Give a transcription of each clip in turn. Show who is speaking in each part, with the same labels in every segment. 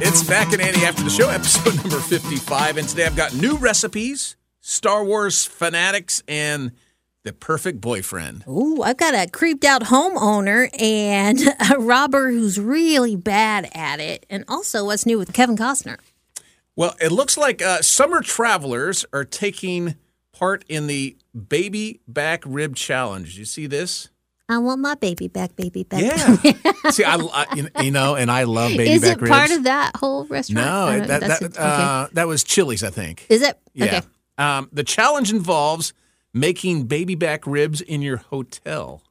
Speaker 1: It's Mac and Annie after the show, episode number 55. And today I've got new recipes, Star Wars fanatics, and the perfect boyfriend.
Speaker 2: Ooh, I've got a creeped out homeowner and a robber who's really bad at it. And also, what's new with Kevin Costner?
Speaker 1: Well, it looks like uh, summer travelers are taking part in the baby back rib challenge. You see this?
Speaker 2: I want my baby back, baby back.
Speaker 1: Yeah. see, I, I- you know, and I love baby
Speaker 2: Is
Speaker 1: back
Speaker 2: it
Speaker 1: ribs.
Speaker 2: part of that whole restaurant?
Speaker 1: no,
Speaker 2: I
Speaker 1: it-
Speaker 2: don't-
Speaker 1: that
Speaker 2: that's
Speaker 1: that,
Speaker 2: it.
Speaker 1: uh, that was Chili's, I think.
Speaker 2: okay. Is it?
Speaker 1: Yeah.
Speaker 2: Okay.
Speaker 1: Um, the challenge involves making baby back ribs in your hotel.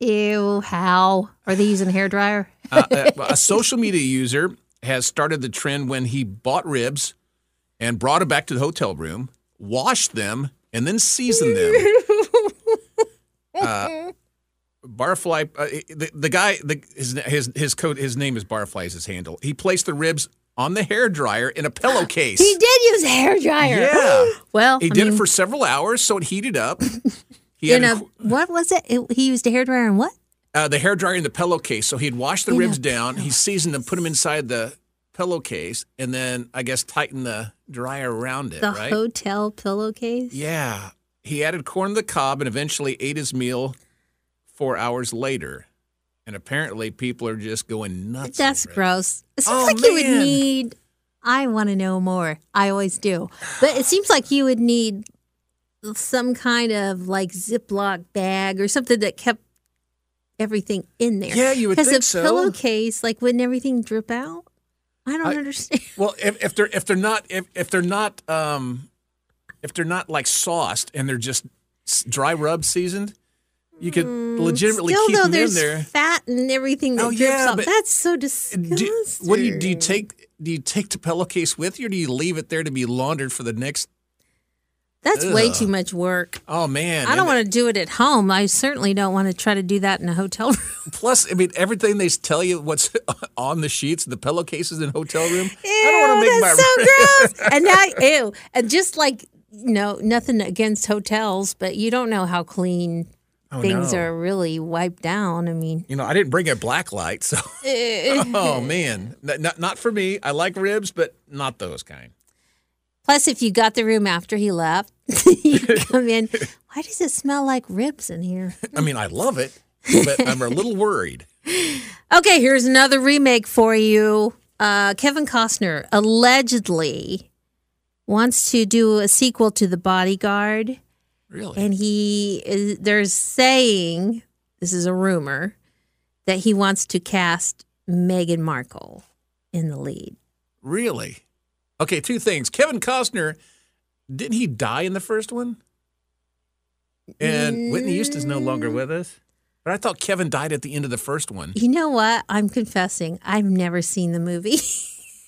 Speaker 2: Ew, how? Are they using a hairdryer?
Speaker 1: Uh, a, a social media user has started the trend when he bought ribs and brought them back to the hotel room, washed them, and then seasoned them. Uh, Barfly, uh, the, the guy, the, his his his coat, his name is Barfly, is his handle. He placed the ribs on the hair dryer in a pillowcase.
Speaker 2: He did use a hairdryer.
Speaker 1: Yeah.
Speaker 2: well,
Speaker 1: He
Speaker 2: I
Speaker 1: did
Speaker 2: mean,
Speaker 1: it for several hours, so it heated up. He
Speaker 2: in
Speaker 1: had
Speaker 2: a, what was it? It- He used a hairdryer and what?
Speaker 1: uh, the hair dryer in the pillowcase. So he'd wash the
Speaker 2: In a
Speaker 1: ribs down, he seasoned them, put them inside the pillowcase, and then I guess tighten the dryer around it,
Speaker 2: The
Speaker 1: right?
Speaker 2: hotel pillowcase?
Speaker 1: yeah. He added corn to the cob and eventually ate his meal four hours later. And apparently, people are just going nuts.
Speaker 2: That's
Speaker 1: over it.
Speaker 2: gross. It seems
Speaker 1: Oh,
Speaker 2: like you would
Speaker 1: man.
Speaker 2: need. I want to know more. I always do, but it seems like you would need some kind of like Ziploc bag or something that kept everything in there.
Speaker 1: Yeah, you would
Speaker 2: Because
Speaker 1: think
Speaker 2: a
Speaker 1: so.
Speaker 2: pillowcase, like, wouldn't everything drip out? I don't
Speaker 1: I-
Speaker 2: understand.
Speaker 1: Well, if, if they're if they're not if, if they're not um if they're not like sauced and they're just s- dry rub seasoned, you could legitimately
Speaker 2: Hmm, Still,
Speaker 1: keep
Speaker 2: though,
Speaker 1: them in
Speaker 2: there's
Speaker 1: there.
Speaker 2: fat and everything that
Speaker 1: Oh,
Speaker 2: drips
Speaker 1: yeah,
Speaker 2: off.
Speaker 1: but-
Speaker 2: That's so disgusting.
Speaker 1: Do, what do you do? You take do you take the pillowcase with you, or do you leave it there to be laundered for the next?
Speaker 2: That's way
Speaker 1: Ugh.
Speaker 2: too much work.
Speaker 1: Oh man!
Speaker 2: I don't
Speaker 1: And
Speaker 2: want to do it at home. I certainly don't want to try to do that in a hotel room.
Speaker 1: Plus, I mean, everything they tell you what's on the sheets, the pillowcases in hotel room. I don't want to make my.
Speaker 2: that's so gross. And now, ew, and just like you know, nothing against hotels, but you don't know how clean
Speaker 1: Oh,
Speaker 2: things
Speaker 1: no.
Speaker 2: are really wiped down. I mean,
Speaker 1: You know, I didn't bring a black light, so. oh man, N- not not for me. I like ribs, but not those kind.
Speaker 2: plus if you got the room after he left, you come in. Why does it smell like ribs in here?
Speaker 1: I mean, I love it, but I'm a little worried.
Speaker 2: Okay, here's another remake for you. Uh, Kevin Costner allegedly wants to do a sequel to The Bodyguard.
Speaker 1: Really?
Speaker 2: and he is there's saying this is a rumor that he wants to cast Meghan Markle in the lead.
Speaker 1: Really? Okay, two things. Kevin Costner, didn't he die in the first one? And Whitney Houston's no longer with us. But I thought Kevin died at the end of the first one.
Speaker 2: You know what? I'm confessing. I've never seen the movie.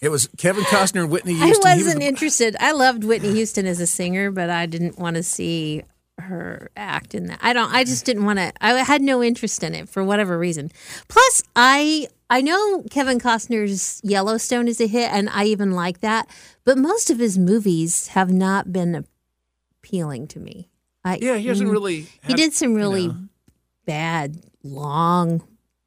Speaker 1: It was Kevin Costner and Whitney
Speaker 2: I
Speaker 1: Houston. He was
Speaker 2: wasn't
Speaker 1: the-
Speaker 2: interested. I loved Whitney Houston as a singer, but I didn't want to see her act in that. I don't I just didn't want to I had no interest in it for whatever reason. Plus I I know Kevin Costner's Yellowstone is a hit and I even like that, but most of his movies have not been appealing to me. I
Speaker 1: Yeah, he hasn't really.
Speaker 2: Mm. He
Speaker 1: had-
Speaker 2: did some really
Speaker 1: know.
Speaker 2: bad long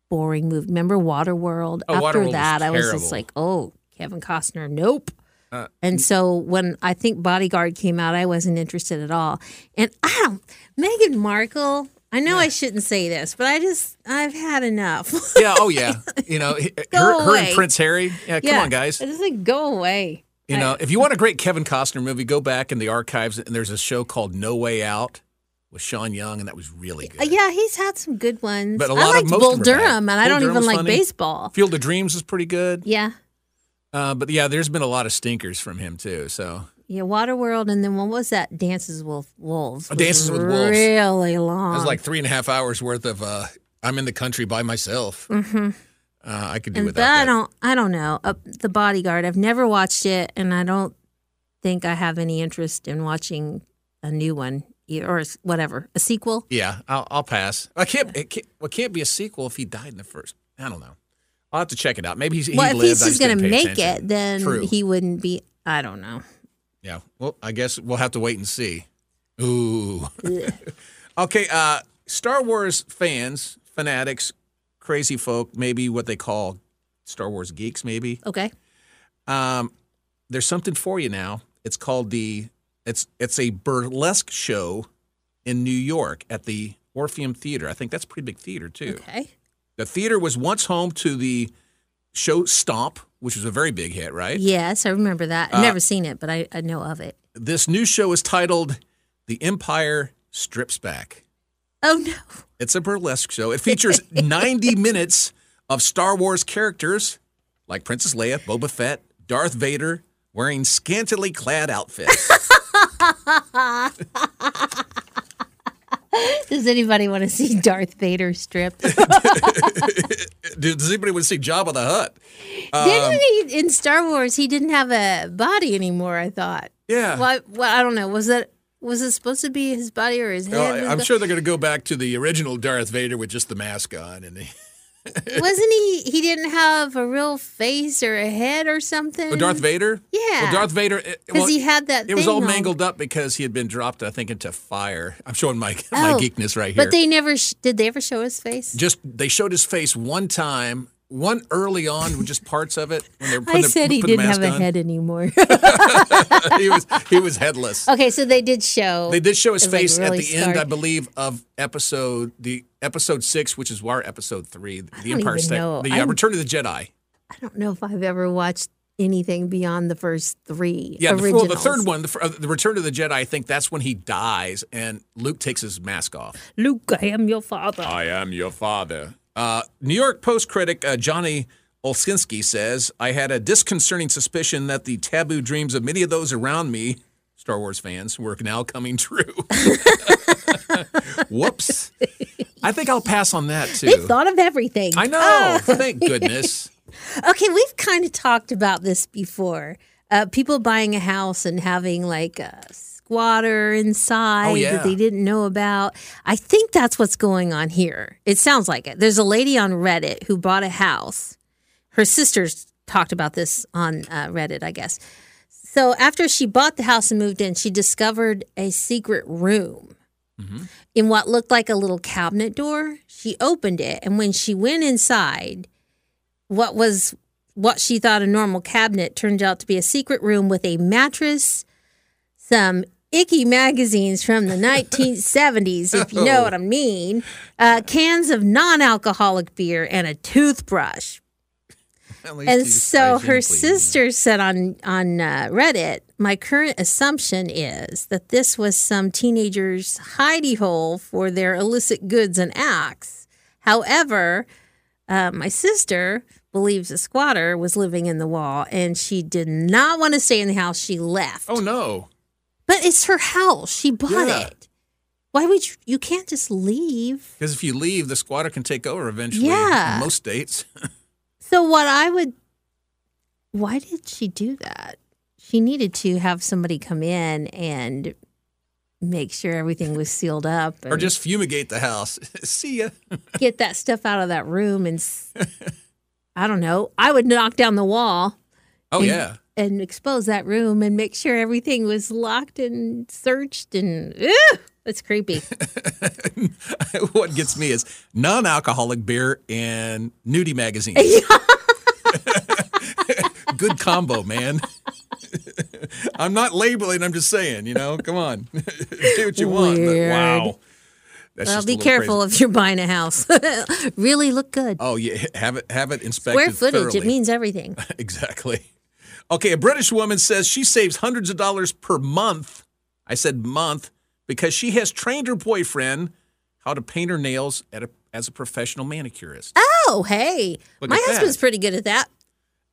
Speaker 2: boring movies. Remember Waterworld?
Speaker 1: Oh,
Speaker 2: After
Speaker 1: Waterworld was
Speaker 2: that, I was
Speaker 1: terrible.
Speaker 2: just like, "Oh, Kevin Costner, nope."
Speaker 1: Uh,
Speaker 2: And so when I think Bodyguard came out, I wasn't interested at all. And I don't, Meghan Markle, I know I shouldn't say this, but I just, I've had enough.
Speaker 1: Yeah, oh yeah. You know, he- her, her and
Speaker 2: away.
Speaker 1: Prince Harry. Yeah, come
Speaker 2: Yeah.
Speaker 1: on, guys.
Speaker 2: I just like, go away.
Speaker 1: You know, if you want a great Kevin Costner movie, go back in the archives and there's a show called No Way Out with Sean Young, and that was really good.
Speaker 2: Uh, Yeah, he's had some good ones.
Speaker 1: But a
Speaker 2: I
Speaker 1: lot of
Speaker 2: liked
Speaker 1: most of
Speaker 2: Bull
Speaker 1: them are bad.
Speaker 2: Durham, and I
Speaker 1: Bull
Speaker 2: don't
Speaker 1: Durham
Speaker 2: even
Speaker 1: was
Speaker 2: like
Speaker 1: funny.
Speaker 2: baseball.
Speaker 1: Field of Dreams is pretty good.
Speaker 2: Yeah.
Speaker 1: Uh, but yeah, there's been a lot of stinkers from him too. So
Speaker 2: Yeah, Waterworld, and then what was that? Dances with Wolves.
Speaker 1: Oh,
Speaker 2: was
Speaker 1: Dances with Wolves.
Speaker 2: Really long.
Speaker 1: that was like three and a half hours worth of uh, I'm in the country by myself. Mm-hmm. Uh, I could do
Speaker 2: and
Speaker 1: without
Speaker 2: but I
Speaker 1: that.
Speaker 2: don't I don't know. Uh, the Bodyguard. I've never watched it, and I don't think I have any interest in watching a new one e- or s- whatever a sequel.
Speaker 1: yeah, I'll, I'll pass. I can't. It can't. Well, it can't be a sequel if he died in the first. I don't know. I'll have to check it out. Maybe he's. he
Speaker 2: well, if
Speaker 1: lived,
Speaker 2: he's
Speaker 1: I
Speaker 2: just
Speaker 1: didn't pay
Speaker 2: gonna make
Speaker 1: attention.
Speaker 2: it, then
Speaker 1: True.
Speaker 2: he wouldn't be. I don't know.
Speaker 1: Yeah. Well, I guess we'll have to wait and see. Ooh. okay. Uh, Star Wars fans, fanatics, crazy folk, maybe what they call Star Wars geeks, maybe.
Speaker 2: Okay.
Speaker 1: Um, there's something for you now. It's called the it's it's a burlesque show in New York at the Orpheum Theater. I think that's a pretty big theater too.
Speaker 2: Okay.
Speaker 1: The theater was once home to the show Stomp, which was a very big hit, right?
Speaker 2: Yes, I remember that.
Speaker 1: Uh,
Speaker 2: I've never seen it, but I, I know of it.
Speaker 1: This new show is titled The Empire Strips Back.
Speaker 2: Oh no.
Speaker 1: It's a burlesque show. It features 90 minutes of Star Wars characters like Princess Leia, Boba Fett, Darth Vader wearing scantily clad outfits.
Speaker 2: Does anybody want to see Darth Vader stripped?
Speaker 1: Dude, Does anybody want to see Jabba the Hutt?
Speaker 2: didn't
Speaker 1: Um,
Speaker 2: he in Star Wars he didn't have a body anymore, I thought.
Speaker 1: Yeah.
Speaker 2: Well, I, well, I don't know. Was that was it supposed to be his body or his head?
Speaker 1: Well,
Speaker 2: was
Speaker 1: Oh, I'm
Speaker 2: go-
Speaker 1: sure they're going to go back to the original Darth Vader with just the mask on and the.
Speaker 2: Wasn't he he didn't have a real face or a head or something?
Speaker 1: Oh, Darth Vader?
Speaker 2: Mm-hmm. Yeah.
Speaker 1: Well, Darth Vader. Because
Speaker 2: he had that
Speaker 1: It was
Speaker 2: thing
Speaker 1: all
Speaker 2: on.
Speaker 1: mangled up because he had been dropped, I think, into fire. I'm showing my, my
Speaker 2: Oh,
Speaker 1: geekness right here.
Speaker 2: But they never sh- did they ever show his face?
Speaker 1: just they showed his face one time, one early on with just parts of it. When they were
Speaker 2: I
Speaker 1: putting the-
Speaker 2: said he
Speaker 1: putting the
Speaker 2: didn't have
Speaker 1: mask
Speaker 2: a
Speaker 1: on.
Speaker 2: head anymore.
Speaker 1: he was he was headless.
Speaker 2: okay, so they did show.
Speaker 1: They did show his
Speaker 2: It was, like,
Speaker 1: face
Speaker 2: really
Speaker 1: at the end, I
Speaker 2: scarred.
Speaker 1: believe, of episode the episode six, which is our episode three, the
Speaker 2: don't
Speaker 1: Empire
Speaker 2: even
Speaker 1: State,
Speaker 2: know.
Speaker 1: the uh,
Speaker 2: I'm-
Speaker 1: Return of the Jedi.
Speaker 2: I don't know if I've ever watched anything beyond the first three.
Speaker 1: Yeah, the, well,
Speaker 2: originals.
Speaker 1: the third one, the, fir- uh, the Return of the Jedi. I think that's when he dies, and Luke takes his mask off.
Speaker 2: Luke, I am your father.
Speaker 1: I am your father. Uh, New York Post critic uh, Johnny Olskinski says, I had a disconcerting suspicion that the taboo dreams of many of those around me, Star Wars fans, were now coming true. Whoops. I think I'll pass on that
Speaker 2: They
Speaker 1: too.
Speaker 2: thought of everything.
Speaker 1: I know. Thank goodness.
Speaker 2: Okay, we've kind of talked about this before. Uh, people buying a house and having like a squatter inside
Speaker 1: Oh, yeah.
Speaker 2: that they didn't know about. I think that's what's going on here. It sounds like it. There's a lady on Reddit who bought a house. Her sisters talked about this on uh, Reddit, I guess. So after she bought the house and moved in, she discovered a secret room in what looked like a little cabinet door. She opened it, and when she went inside, what was what she thought a normal cabinet turned out to be a secret room with a mattress, some icky magazines from the 1970s, if you know what I mean, uh, cans of non alcoholic beer, and a toothbrush.
Speaker 1: At least
Speaker 2: And
Speaker 1: he's
Speaker 2: so her
Speaker 1: hygienically-
Speaker 2: sister said on on uh, Reddit, my current assumption is that this was some teenager's hidey hole for their illicit goods and acts. However, uh, my sister believes a squatter was living in the wall, and she did not want to stay in the house. She left.
Speaker 1: Oh, no.
Speaker 2: But it's her house. She bought
Speaker 1: Yeah.
Speaker 2: it. Why would you? You can't just leave.
Speaker 1: Because if you leave, the squatter can take over eventually.
Speaker 2: Yeah.
Speaker 1: In most states.
Speaker 2: So what I would why did she do that? She needed to have somebody come in and make sure everything was sealed up
Speaker 1: or
Speaker 2: and
Speaker 1: just fumigate the house. See ya.
Speaker 2: get that stuff out of that room and s- I don't know. I would knock down the wall
Speaker 1: Oh, yeah.
Speaker 2: and expose that room and make sure everything was locked and searched and ugh, that's creepy.
Speaker 1: what gets me is non-alcoholic beer and nudie magazine. Good combo, man. I'm not labeling. I'm just saying. You know, come on, do what you want. but
Speaker 2: Weird.
Speaker 1: wow, that's
Speaker 2: well,
Speaker 1: just a
Speaker 2: be
Speaker 1: little crazy.
Speaker 2: careful if you're buying a house. really look good.
Speaker 1: Oh yeah, have it have it inspected.
Speaker 2: Square footage,
Speaker 1: thoroughly.
Speaker 2: it means everything.
Speaker 1: exactly. Okay, a British woman says she saves hundreds of dollars per month. I said month because she has trained her boyfriend how to paint her nails at a, as a professional manicurist.
Speaker 2: Oh, hey.
Speaker 1: Look
Speaker 2: My
Speaker 1: at that.
Speaker 2: husband's pretty good at that.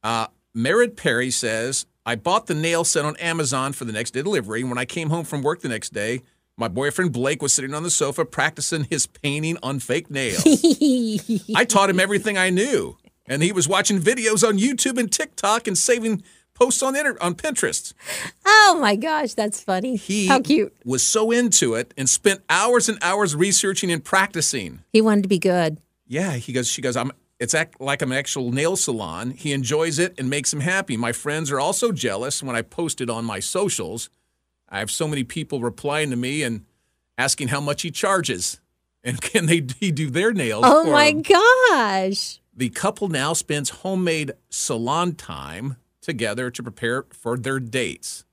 Speaker 1: Uh, Merritt Perry says, I bought the nail set on Amazon for the next day delivery. When I came home from work the next day, my boyfriend Blake was sitting on the sofa practicing his painting on fake nails. I taught him everything I knew, and he was watching videos on YouTube and TikTok and saving posts on inter- on Pinterest.
Speaker 2: Oh my gosh, that's funny.
Speaker 1: He
Speaker 2: How cute.
Speaker 1: was so into it and spent hours and hours researching and practicing.
Speaker 2: He wanted to be good.
Speaker 1: Yeah, he goes. She goes. I'm. It's act like I'm an actual nail salon. He enjoys it and makes him happy. My friends are also jealous when I post it on my socials. I have so many people replying to me and asking how much he charges and can they he do their nails.
Speaker 2: Oh
Speaker 1: for
Speaker 2: my
Speaker 1: him.
Speaker 2: gosh.
Speaker 1: The couple now spends homemade salon time together to prepare for their dates.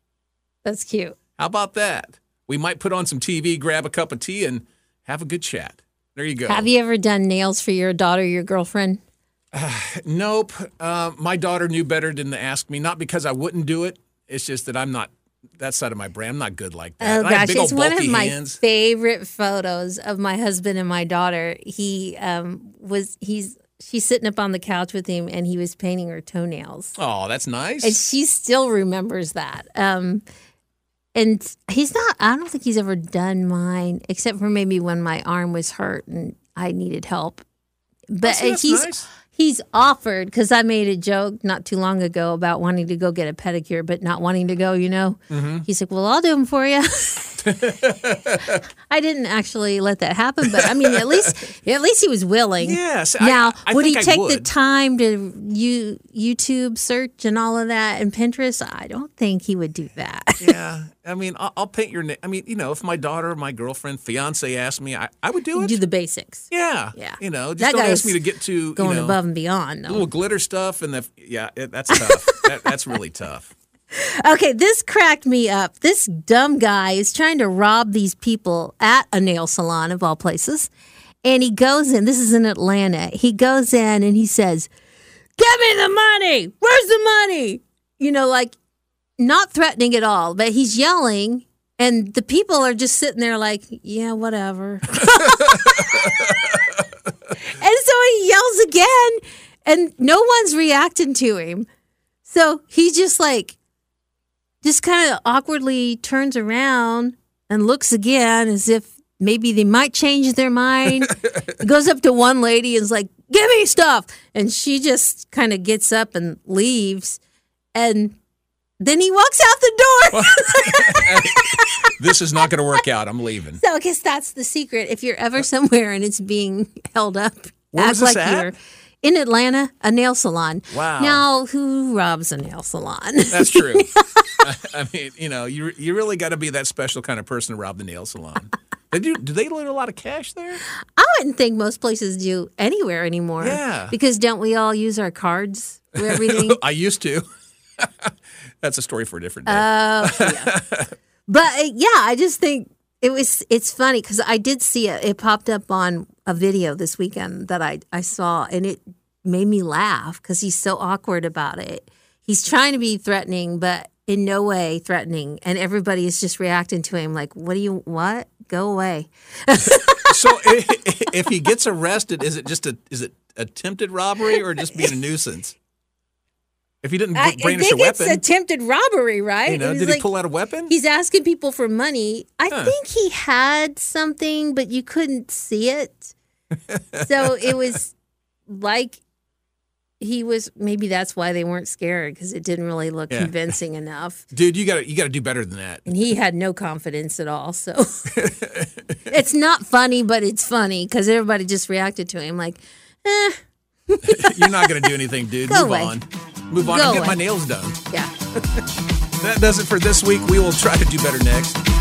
Speaker 2: That's cute.
Speaker 1: How about that? We might put on some TV, grab a cup of tea, and have a good chat. There you go.
Speaker 2: Have you ever done nails for your daughter, your girlfriend?
Speaker 1: Nope. Uh, my daughter knew better than to ask me. Not because I wouldn't do it. It's just that I'm not that side of my brain. I'm not good like that.
Speaker 2: Oh
Speaker 1: And I have
Speaker 2: gosh,
Speaker 1: big old
Speaker 2: it's one of
Speaker 1: bulky
Speaker 2: my
Speaker 1: hands.
Speaker 2: favorite photos of my husband and my daughter. He um, was he's she's sitting up on the couch with him, and he was painting her toenails,
Speaker 1: Oh, that's nice.
Speaker 2: and she still remembers that. Um, and he's not. I don't think he's ever done mine, except for maybe when my arm was hurt and I needed help. But
Speaker 1: Oh, see, that's
Speaker 2: he's
Speaker 1: nice.
Speaker 2: he's offered because I made a joke not too long ago about wanting to go get a pedicure, but not wanting to go. You know,
Speaker 1: Mm-hmm.
Speaker 2: he's like, "Well, I'll do them for you." I didn't actually let that happen, but I mean, at least at least he was willing.
Speaker 1: Yes, I-
Speaker 2: Now,
Speaker 1: I
Speaker 2: would he
Speaker 1: think I
Speaker 2: take the
Speaker 1: would.
Speaker 2: time to you YouTube search and all of that and Pinterest? I don't think he would do that.
Speaker 1: yeah. I mean, I'll, I'll paint your. Na- I mean, you know, if my daughter, my girlfriend, fiance asked me, I, I would do it.
Speaker 2: do the basics,
Speaker 1: yeah.
Speaker 2: Yeah.
Speaker 1: You know, just
Speaker 2: That
Speaker 1: don't ask
Speaker 2: guy's
Speaker 1: me to get to
Speaker 2: going
Speaker 1: you know,
Speaker 2: above and beyond. Though.
Speaker 1: little glitter stuff and the yeah. It, that's tough. that, that's really tough.
Speaker 2: Okay, this cracked me up. This dumb guy is trying to rob these people at a nail salon of all places. And he goes in, this is in Atlanta. He goes in and he says, Give me the money. Where's the money? You know, like not threatening at all, but he's yelling. And the people are just sitting there like, Yeah, whatever. And so he yells again, and no one's reacting to him. So he just like, just kind of awkwardly turns around and looks again as if maybe they might change their mind. Goes up to one lady and is like, Give me stuff. And she just kind of gets up and leaves. And then he walks out the door.
Speaker 1: This is not going to work out. I'm leaving.
Speaker 2: So I guess that's the secret. If you're ever somewhere and it's being held up,
Speaker 1: Uh, Where was
Speaker 2: act
Speaker 1: this
Speaker 2: like
Speaker 1: at?
Speaker 2: you're in Atlanta, a nail salon.
Speaker 1: Wow.
Speaker 2: Now, who robs a nail salon?
Speaker 1: That's true. I mean, you know, you you really got to be that special kind of person to rob the nail salon. They do. Do they load a lot of cash there?
Speaker 2: I wouldn't think most places do anywhere anymore.
Speaker 1: Yeah.
Speaker 2: Because don't we all use our cards for everything?
Speaker 1: I used to. That's a story for a different day.
Speaker 2: Uh. but uh, yeah, I just think it was it's funny because I did see it. It popped up on a video this weekend that I I saw, and it made me laugh because he's so awkward about it. He's trying to be threatening, but in no way threatening, and everybody is just reacting to him like, "What do you what? Go away."
Speaker 1: so, i- i- if he gets arrested, is it just a is it attempted robbery or just being a nuisance? If he didn't br- brandish a weapon,
Speaker 2: attempted robbery, right?
Speaker 1: you know, did he pull out a weapon?
Speaker 2: He's asking people for money. I think he had something, but you couldn't see it. so it was like he was maybe that's why they weren't scared because it didn't really look
Speaker 1: Yeah.
Speaker 2: convincing enough.
Speaker 1: Dude, you got to you got to do better than that.
Speaker 2: And he had no confidence at all. So it's not funny, but it's funny because everybody just reacted to him like, eh,
Speaker 1: You're not going to do anything, dude.
Speaker 2: Go
Speaker 1: Move
Speaker 2: away.
Speaker 1: on. Move on.
Speaker 2: Go
Speaker 1: I'm getting my
Speaker 2: away.
Speaker 1: nails done.
Speaker 2: yeah.
Speaker 1: That does it for this week. We will try to do better next.